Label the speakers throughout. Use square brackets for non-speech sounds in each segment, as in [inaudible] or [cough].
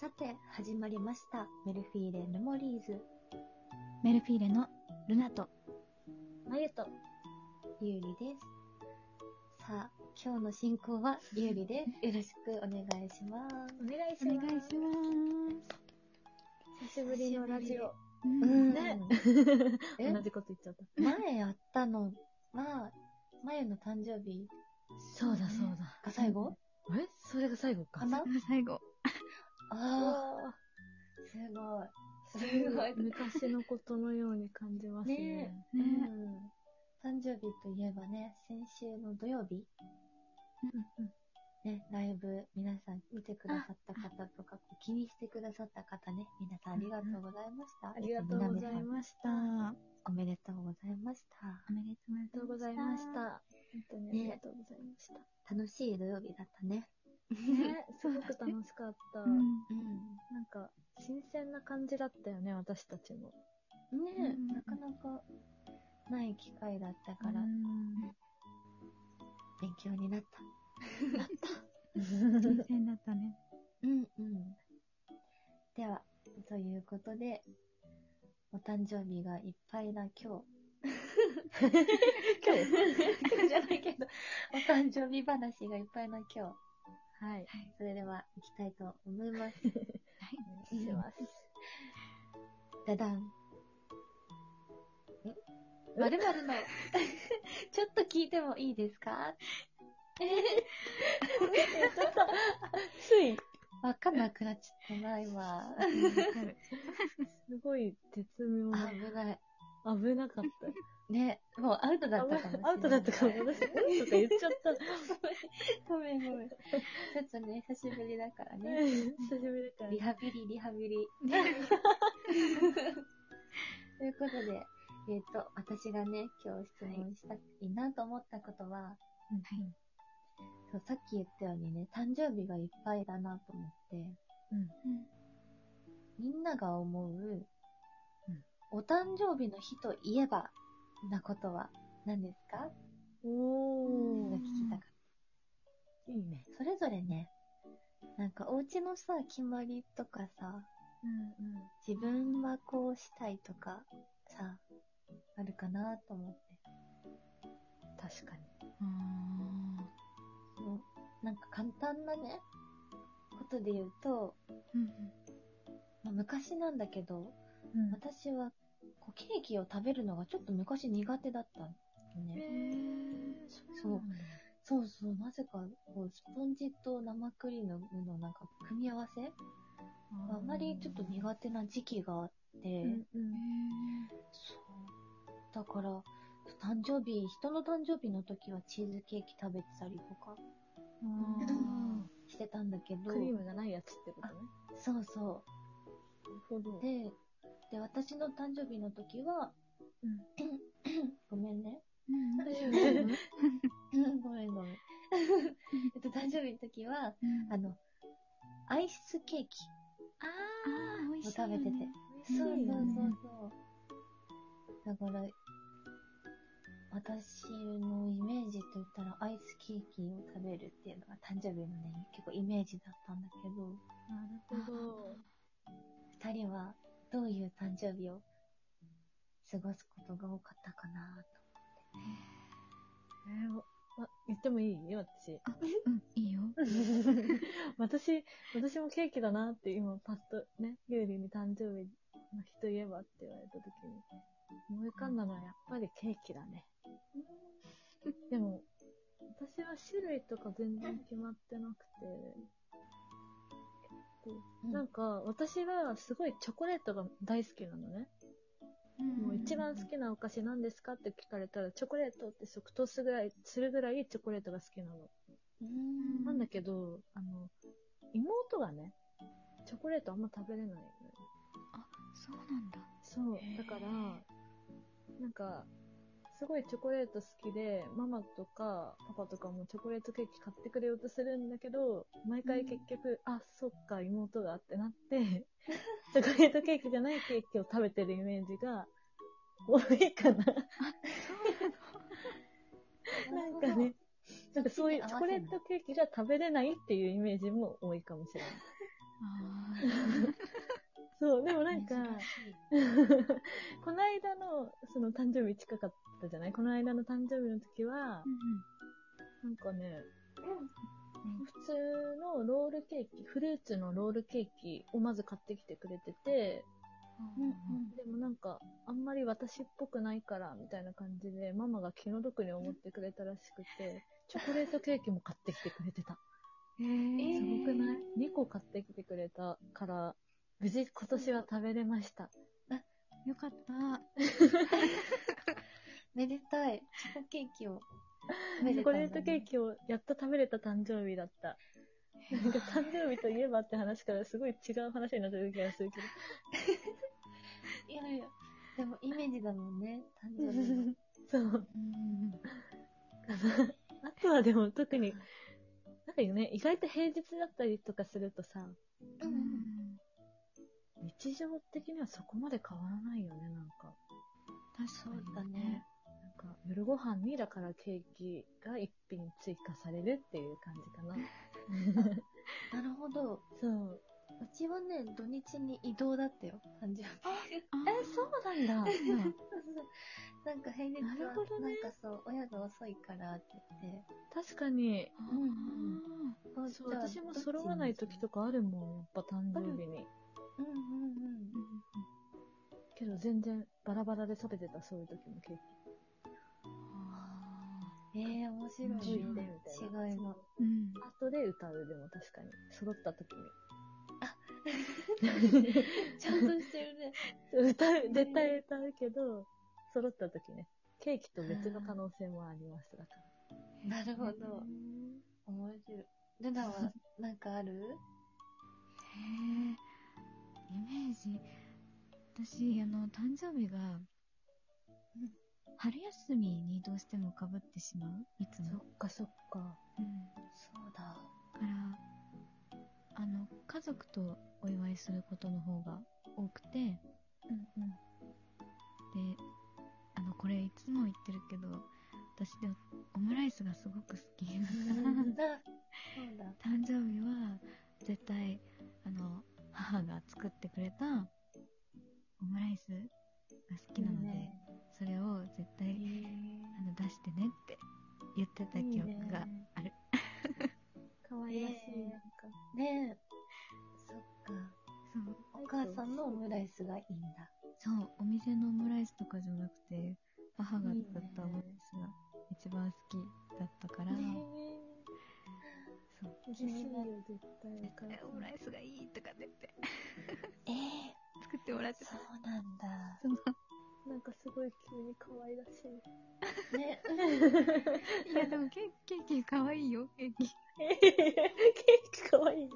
Speaker 1: さて、始まりました。メルフィーレ・ルモリーズ、
Speaker 2: メルフィーレのルナと
Speaker 1: まゆと、ゆうりです。さあ、今日の進行はゆうり [laughs] です。よろしくお願いします。お願い
Speaker 2: お願いします。
Speaker 3: 久しぶりのラジオ。
Speaker 1: うん。
Speaker 3: ね
Speaker 2: [laughs]
Speaker 1: え
Speaker 2: 同じこと言っちゃった。
Speaker 1: 前やったのは、まゆの誕生日
Speaker 2: そうだそうだ。
Speaker 1: が最後
Speaker 2: えそれが最後か。
Speaker 1: かな
Speaker 3: 最後。
Speaker 1: ああ、すごい。すごい。
Speaker 2: 昔のことのように感じますね。
Speaker 1: う
Speaker 3: ね
Speaker 1: ん誕生日といえばね、先週の土曜日、ね、ライブ、皆さん見てくださった方とか、気にしてくださった方ね、皆さんありがとうございました。
Speaker 2: ありがとうござい
Speaker 1: す。
Speaker 2: ました。あ
Speaker 1: おめでとうございました。
Speaker 3: おめで
Speaker 2: りがとうございました。本当にありがとうございました。
Speaker 1: 楽しい土曜日だったね。
Speaker 2: ね、 [laughs] すごく楽しかった。
Speaker 3: うん
Speaker 1: う
Speaker 2: なんか、新鮮な感じだったよね、私たちも。
Speaker 1: ん。ねえ、
Speaker 3: うん
Speaker 1: なかなかない機会だった
Speaker 2: か
Speaker 1: からら、、勉強になった。
Speaker 3: 新鮮だったね。
Speaker 1: うんうん。では、ということで、お誕生日がいっぱいな今 [laughs] 日。今日今日じゃないけど、お誕生日話がいっぱいな今日。
Speaker 2: はい。
Speaker 1: それでは、行きたいと思います。
Speaker 3: はい。
Speaker 2: お願いします。
Speaker 1: ダダン。まるまるの、 [laughs] ちょっと聞いてもいいですかつい、わかんなくなっちゃったな、今。
Speaker 3: わかる。
Speaker 2: すごい絶妙
Speaker 1: [laughs]
Speaker 2: な。
Speaker 1: 危ない。
Speaker 2: 危なかった。
Speaker 1: ね、もうアウトだったかもしれない。
Speaker 2: アウト [laughs] だったかも。私、 [laughs] うんとか言っちゃった。
Speaker 1: ごめんごめん。ちょっとね、久しぶりだからね。
Speaker 2: [laughs] 久しぶりだから
Speaker 1: リ。ハビリ、リハビリ。ということで、えっ、と、私がね、今日質問したいなと思ったことは、
Speaker 3: はい。
Speaker 1: そうさっき言ったようにね、誕生日がいっぱいだなと思って、みんなが思う、
Speaker 2: うん
Speaker 1: お誕生日の日といえば、なことは何ですか
Speaker 2: お
Speaker 1: が
Speaker 2: ー
Speaker 1: 聞。きたかっ
Speaker 2: いいね。
Speaker 1: た。それぞれね、なんかお家のさ、決まりとかさ、
Speaker 2: うんうん。
Speaker 1: 自分はこうしたいとかさ、あるかなと思って。
Speaker 2: 確かに。
Speaker 1: そのなんか簡単なね、ことで言うと、まあ昔なんだけど、
Speaker 2: うん
Speaker 1: 私はこうケーキを食べるのがちょっと昔苦手だったのね。そうそうそう、なぜかこうスポンジと生クリームのなんか組み合わせあまりちょっと苦手な時期があって、そう。だから、誕生日、人の誕生日の時はチーズケーキ食べてたりとか
Speaker 3: うん
Speaker 1: してたんだけど、
Speaker 2: クリームがないやつってことね。
Speaker 1: そうそ
Speaker 2: なるほど
Speaker 1: う。で、で、私の誕生日の時は、
Speaker 2: うん
Speaker 1: [coughs] ごめんね。
Speaker 3: うん
Speaker 1: ごめん [laughs] ごめん。えっと、誕生日の時は、あの、アイスケーキ
Speaker 2: あ
Speaker 3: あー、
Speaker 1: を
Speaker 3: 美味しいよ
Speaker 1: 食べ
Speaker 3: ね。
Speaker 1: てて。
Speaker 2: 美味しい
Speaker 1: そう
Speaker 2: よ
Speaker 1: そう
Speaker 2: ね
Speaker 1: そうそう。だから、私のイメージと言ったら、アイスケーキを食べるっていうのが誕生日のね、結構イメージだったんだけど、
Speaker 2: あ。なるほど。
Speaker 1: 二人はどういう誕生日を過ごすことが多かったかな
Speaker 2: えーあ言ってもいい私。
Speaker 3: うん、いいよ。
Speaker 2: 私、私もケーキだなって今パッとね、ユーリに誕生日の日といえばって言われた時に、思い浮かんだのはやっぱりケーキだね。でも、私は種類とか全然決まってなくて、なんか私がすごいチョコレートが大好きなのね。もう一番好きなお菓子何ですかって聞かれたら、チョコレートって即答するぐらい、するぐらいチョコレートが好きなの。
Speaker 1: と。う
Speaker 2: なんだけど、あの、妹がね、チョコレートあんま食べれないのよ。
Speaker 3: そうなんだ。
Speaker 2: そう
Speaker 3: へ。ー
Speaker 2: だから、なんか、すごいチョコレート好きで、ママとかパパとかもチョコレートケーキ買ってくれようとするんだけど、毎回結局、あ、そっか、妹がってなって、 [laughs] チョコレートケーキじゃないケーキを食べてるイメージが多いかな。なんかね、なんかそういうチョコレートケーキが食べれないっていうイメージも多いかもしれない。
Speaker 3: あ
Speaker 2: そう、でもなんか、
Speaker 1: 珍しい
Speaker 2: この間の、その誕生日近かったじゃないこの間の誕生日の時は
Speaker 3: ーう、んうん
Speaker 2: なんかね、普通のロールケーキ、フルーツのロールケーキをまず買ってきてくれてて、でもなんか、あんまり私っぽくないから、みたいな感じで、ママが気の毒に思ってくれたらしくて、チョコレートケーキも買ってきてくれてた。
Speaker 3: えー
Speaker 2: すごくない ?2 個買ってきてくれたから、無事今年は食べれました。
Speaker 3: よかった。
Speaker 1: [laughs] めでたい。チョコケーキを食べ
Speaker 2: [laughs] チ
Speaker 1: れ
Speaker 2: ョコ
Speaker 1: たんだ
Speaker 2: レ
Speaker 1: ね。
Speaker 2: ートケーキをやっと食べれた誕生日だった。なんか誕生日といえばって話からすごい違う話になってる気がするけど。
Speaker 1: いやいや。でも、イメージだもんね。誕生日の。
Speaker 2: [laughs] そう。
Speaker 3: うん
Speaker 2: あとはでも特に、なんかね、意外と平日だったりとかするとさ、
Speaker 1: うんうん。
Speaker 2: 日常的にはそこまで変わらないよね、なんか。
Speaker 1: そ
Speaker 3: 確
Speaker 1: う
Speaker 3: か
Speaker 1: だ
Speaker 3: に
Speaker 1: ね。。
Speaker 2: なんか夜ご飯にだからケーキが一品追加されるっていう感じかな。
Speaker 1: なるほど。
Speaker 2: そう。
Speaker 1: うちはね、土日に移動だったよ。誕生日。
Speaker 3: あ
Speaker 2: え、そうなんだ。
Speaker 1: [laughs] なんか平日は、
Speaker 2: なるほど
Speaker 1: な
Speaker 2: ね
Speaker 1: んかそう、親が遅いからって言って。
Speaker 2: 確かに。
Speaker 3: あ
Speaker 1: あ
Speaker 2: そう、
Speaker 1: じゃあ
Speaker 2: 私も揃わない時とかあるもん、やっぱ誕生日に。
Speaker 1: うんうんうん
Speaker 3: ーう。ん
Speaker 2: けど全然バラバラで食べてた、そういう時のケー
Speaker 3: あ
Speaker 1: ええー、面白い
Speaker 2: キ。
Speaker 1: ね
Speaker 2: いてみたいな。
Speaker 1: 違いが。
Speaker 3: ーうん
Speaker 2: 後で歌う、でも確かに。揃った時に。
Speaker 1: ちゃんとしてるね。
Speaker 2: 歌う、絶対歌うけど、揃った時ね。ケーキと別の可能性もあります。だから。
Speaker 1: [laughs] なるほど。面白い。ルナは、なんかある
Speaker 3: へえ、イメージ。私、あの、誕生日が、春休みにどうしてもかぶってしまういつ
Speaker 2: そ
Speaker 3: も。
Speaker 2: っかそっか。
Speaker 3: うん。
Speaker 1: そうだ。
Speaker 3: から、あの、家族とお祝いすることの方が多くて、
Speaker 2: うんうん。
Speaker 3: で、あの、これいつも言ってるけど、私でもオムライスがすごく好き。 [laughs]
Speaker 1: だそうだ。
Speaker 3: 誕生日は絶対あの母が作ってくれたオムライスが好きなので、
Speaker 1: ね
Speaker 3: それを絶対、あの出してねって言ってた記憶がある。
Speaker 2: 可愛らしい。
Speaker 1: ねえ
Speaker 2: なんか
Speaker 1: ねえ。そっか。
Speaker 3: そう
Speaker 1: お母さんのオムライスがいいんだ。
Speaker 3: そうお店のオムライスとかじゃなくて母が作ったオムライスが一番好きだったから、そう
Speaker 2: 嬉しいよ、絶対。
Speaker 3: 絶対オムライスがいいとかって言って
Speaker 1: ええ
Speaker 3: 作ってもらってた。
Speaker 1: うなんだ。
Speaker 3: そう
Speaker 2: なんかすごい急に可愛らしい。 [laughs]
Speaker 1: ね。
Speaker 3: いやでもケーキケーキ可愛いよケーキ。
Speaker 2: ケーキ可愛い。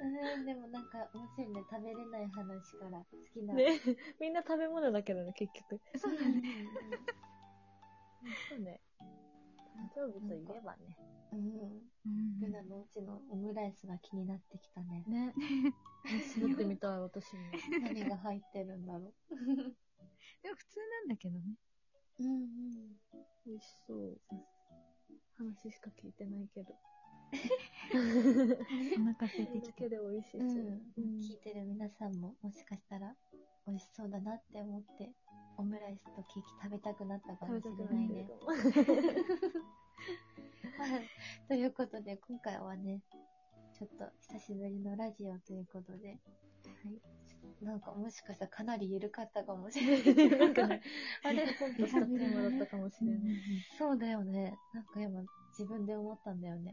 Speaker 1: うん、でもなんか面白いね。食べれない話から好きな。
Speaker 2: ね、みんな食べ物だけどね、結局。
Speaker 3: そうだ
Speaker 1: うん
Speaker 3: ね。
Speaker 2: そうね。誕生日といえばね。
Speaker 1: うんうん。うん。
Speaker 3: うん
Speaker 1: ルナのうちのオムライスが気になってきたね。
Speaker 2: ね。作ってみたい、私 [laughs] も。
Speaker 1: 何が入ってるんだろ
Speaker 3: でも普通なんだけどね。
Speaker 1: う。うんうん。
Speaker 2: 美味しそう。話しか聞いてないけど。
Speaker 3: お腹空い
Speaker 2: 聞
Speaker 3: て
Speaker 2: い
Speaker 3: きて
Speaker 2: だけ。で美味しそうう。
Speaker 1: ん、
Speaker 2: うん
Speaker 1: 聞いてる皆さんももしかしたら美味しそうだなって思ってオムライスとケーキ食べたくなったか
Speaker 2: 食
Speaker 1: も
Speaker 2: べ
Speaker 1: したれな
Speaker 2: くないい
Speaker 1: ね
Speaker 2: ね。。
Speaker 1: [laughs] ということで今回はねちょっと久しぶりのラジオということで、はい、なんかもしかしたらかなり緩かったかもしれない
Speaker 2: なんかね、
Speaker 1: あれ
Speaker 2: コントしたテーマだったかもしれない。
Speaker 1: そうだよね。なんか今、自分で思ったんだよ
Speaker 3: [laughs]
Speaker 1: ね。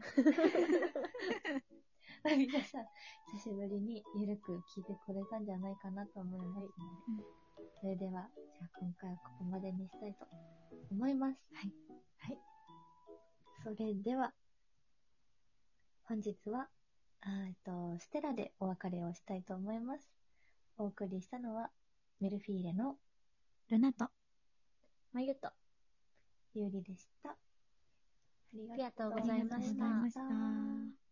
Speaker 1: 皆さん、久しぶりにゆるく聞いてくれたんじゃないかなと思いますので、それでは、じゃあ今回はここまでにしたいと思います。
Speaker 3: はい。
Speaker 1: はい。それでは、本日は、あーえっと、ステラでお別れをしたいと思います。お送りしたのは、メルフィーレの
Speaker 3: ルナと。
Speaker 2: まゆと。
Speaker 1: ゆうりでした。あり
Speaker 2: ありがとうございました
Speaker 3: ありがとうございました。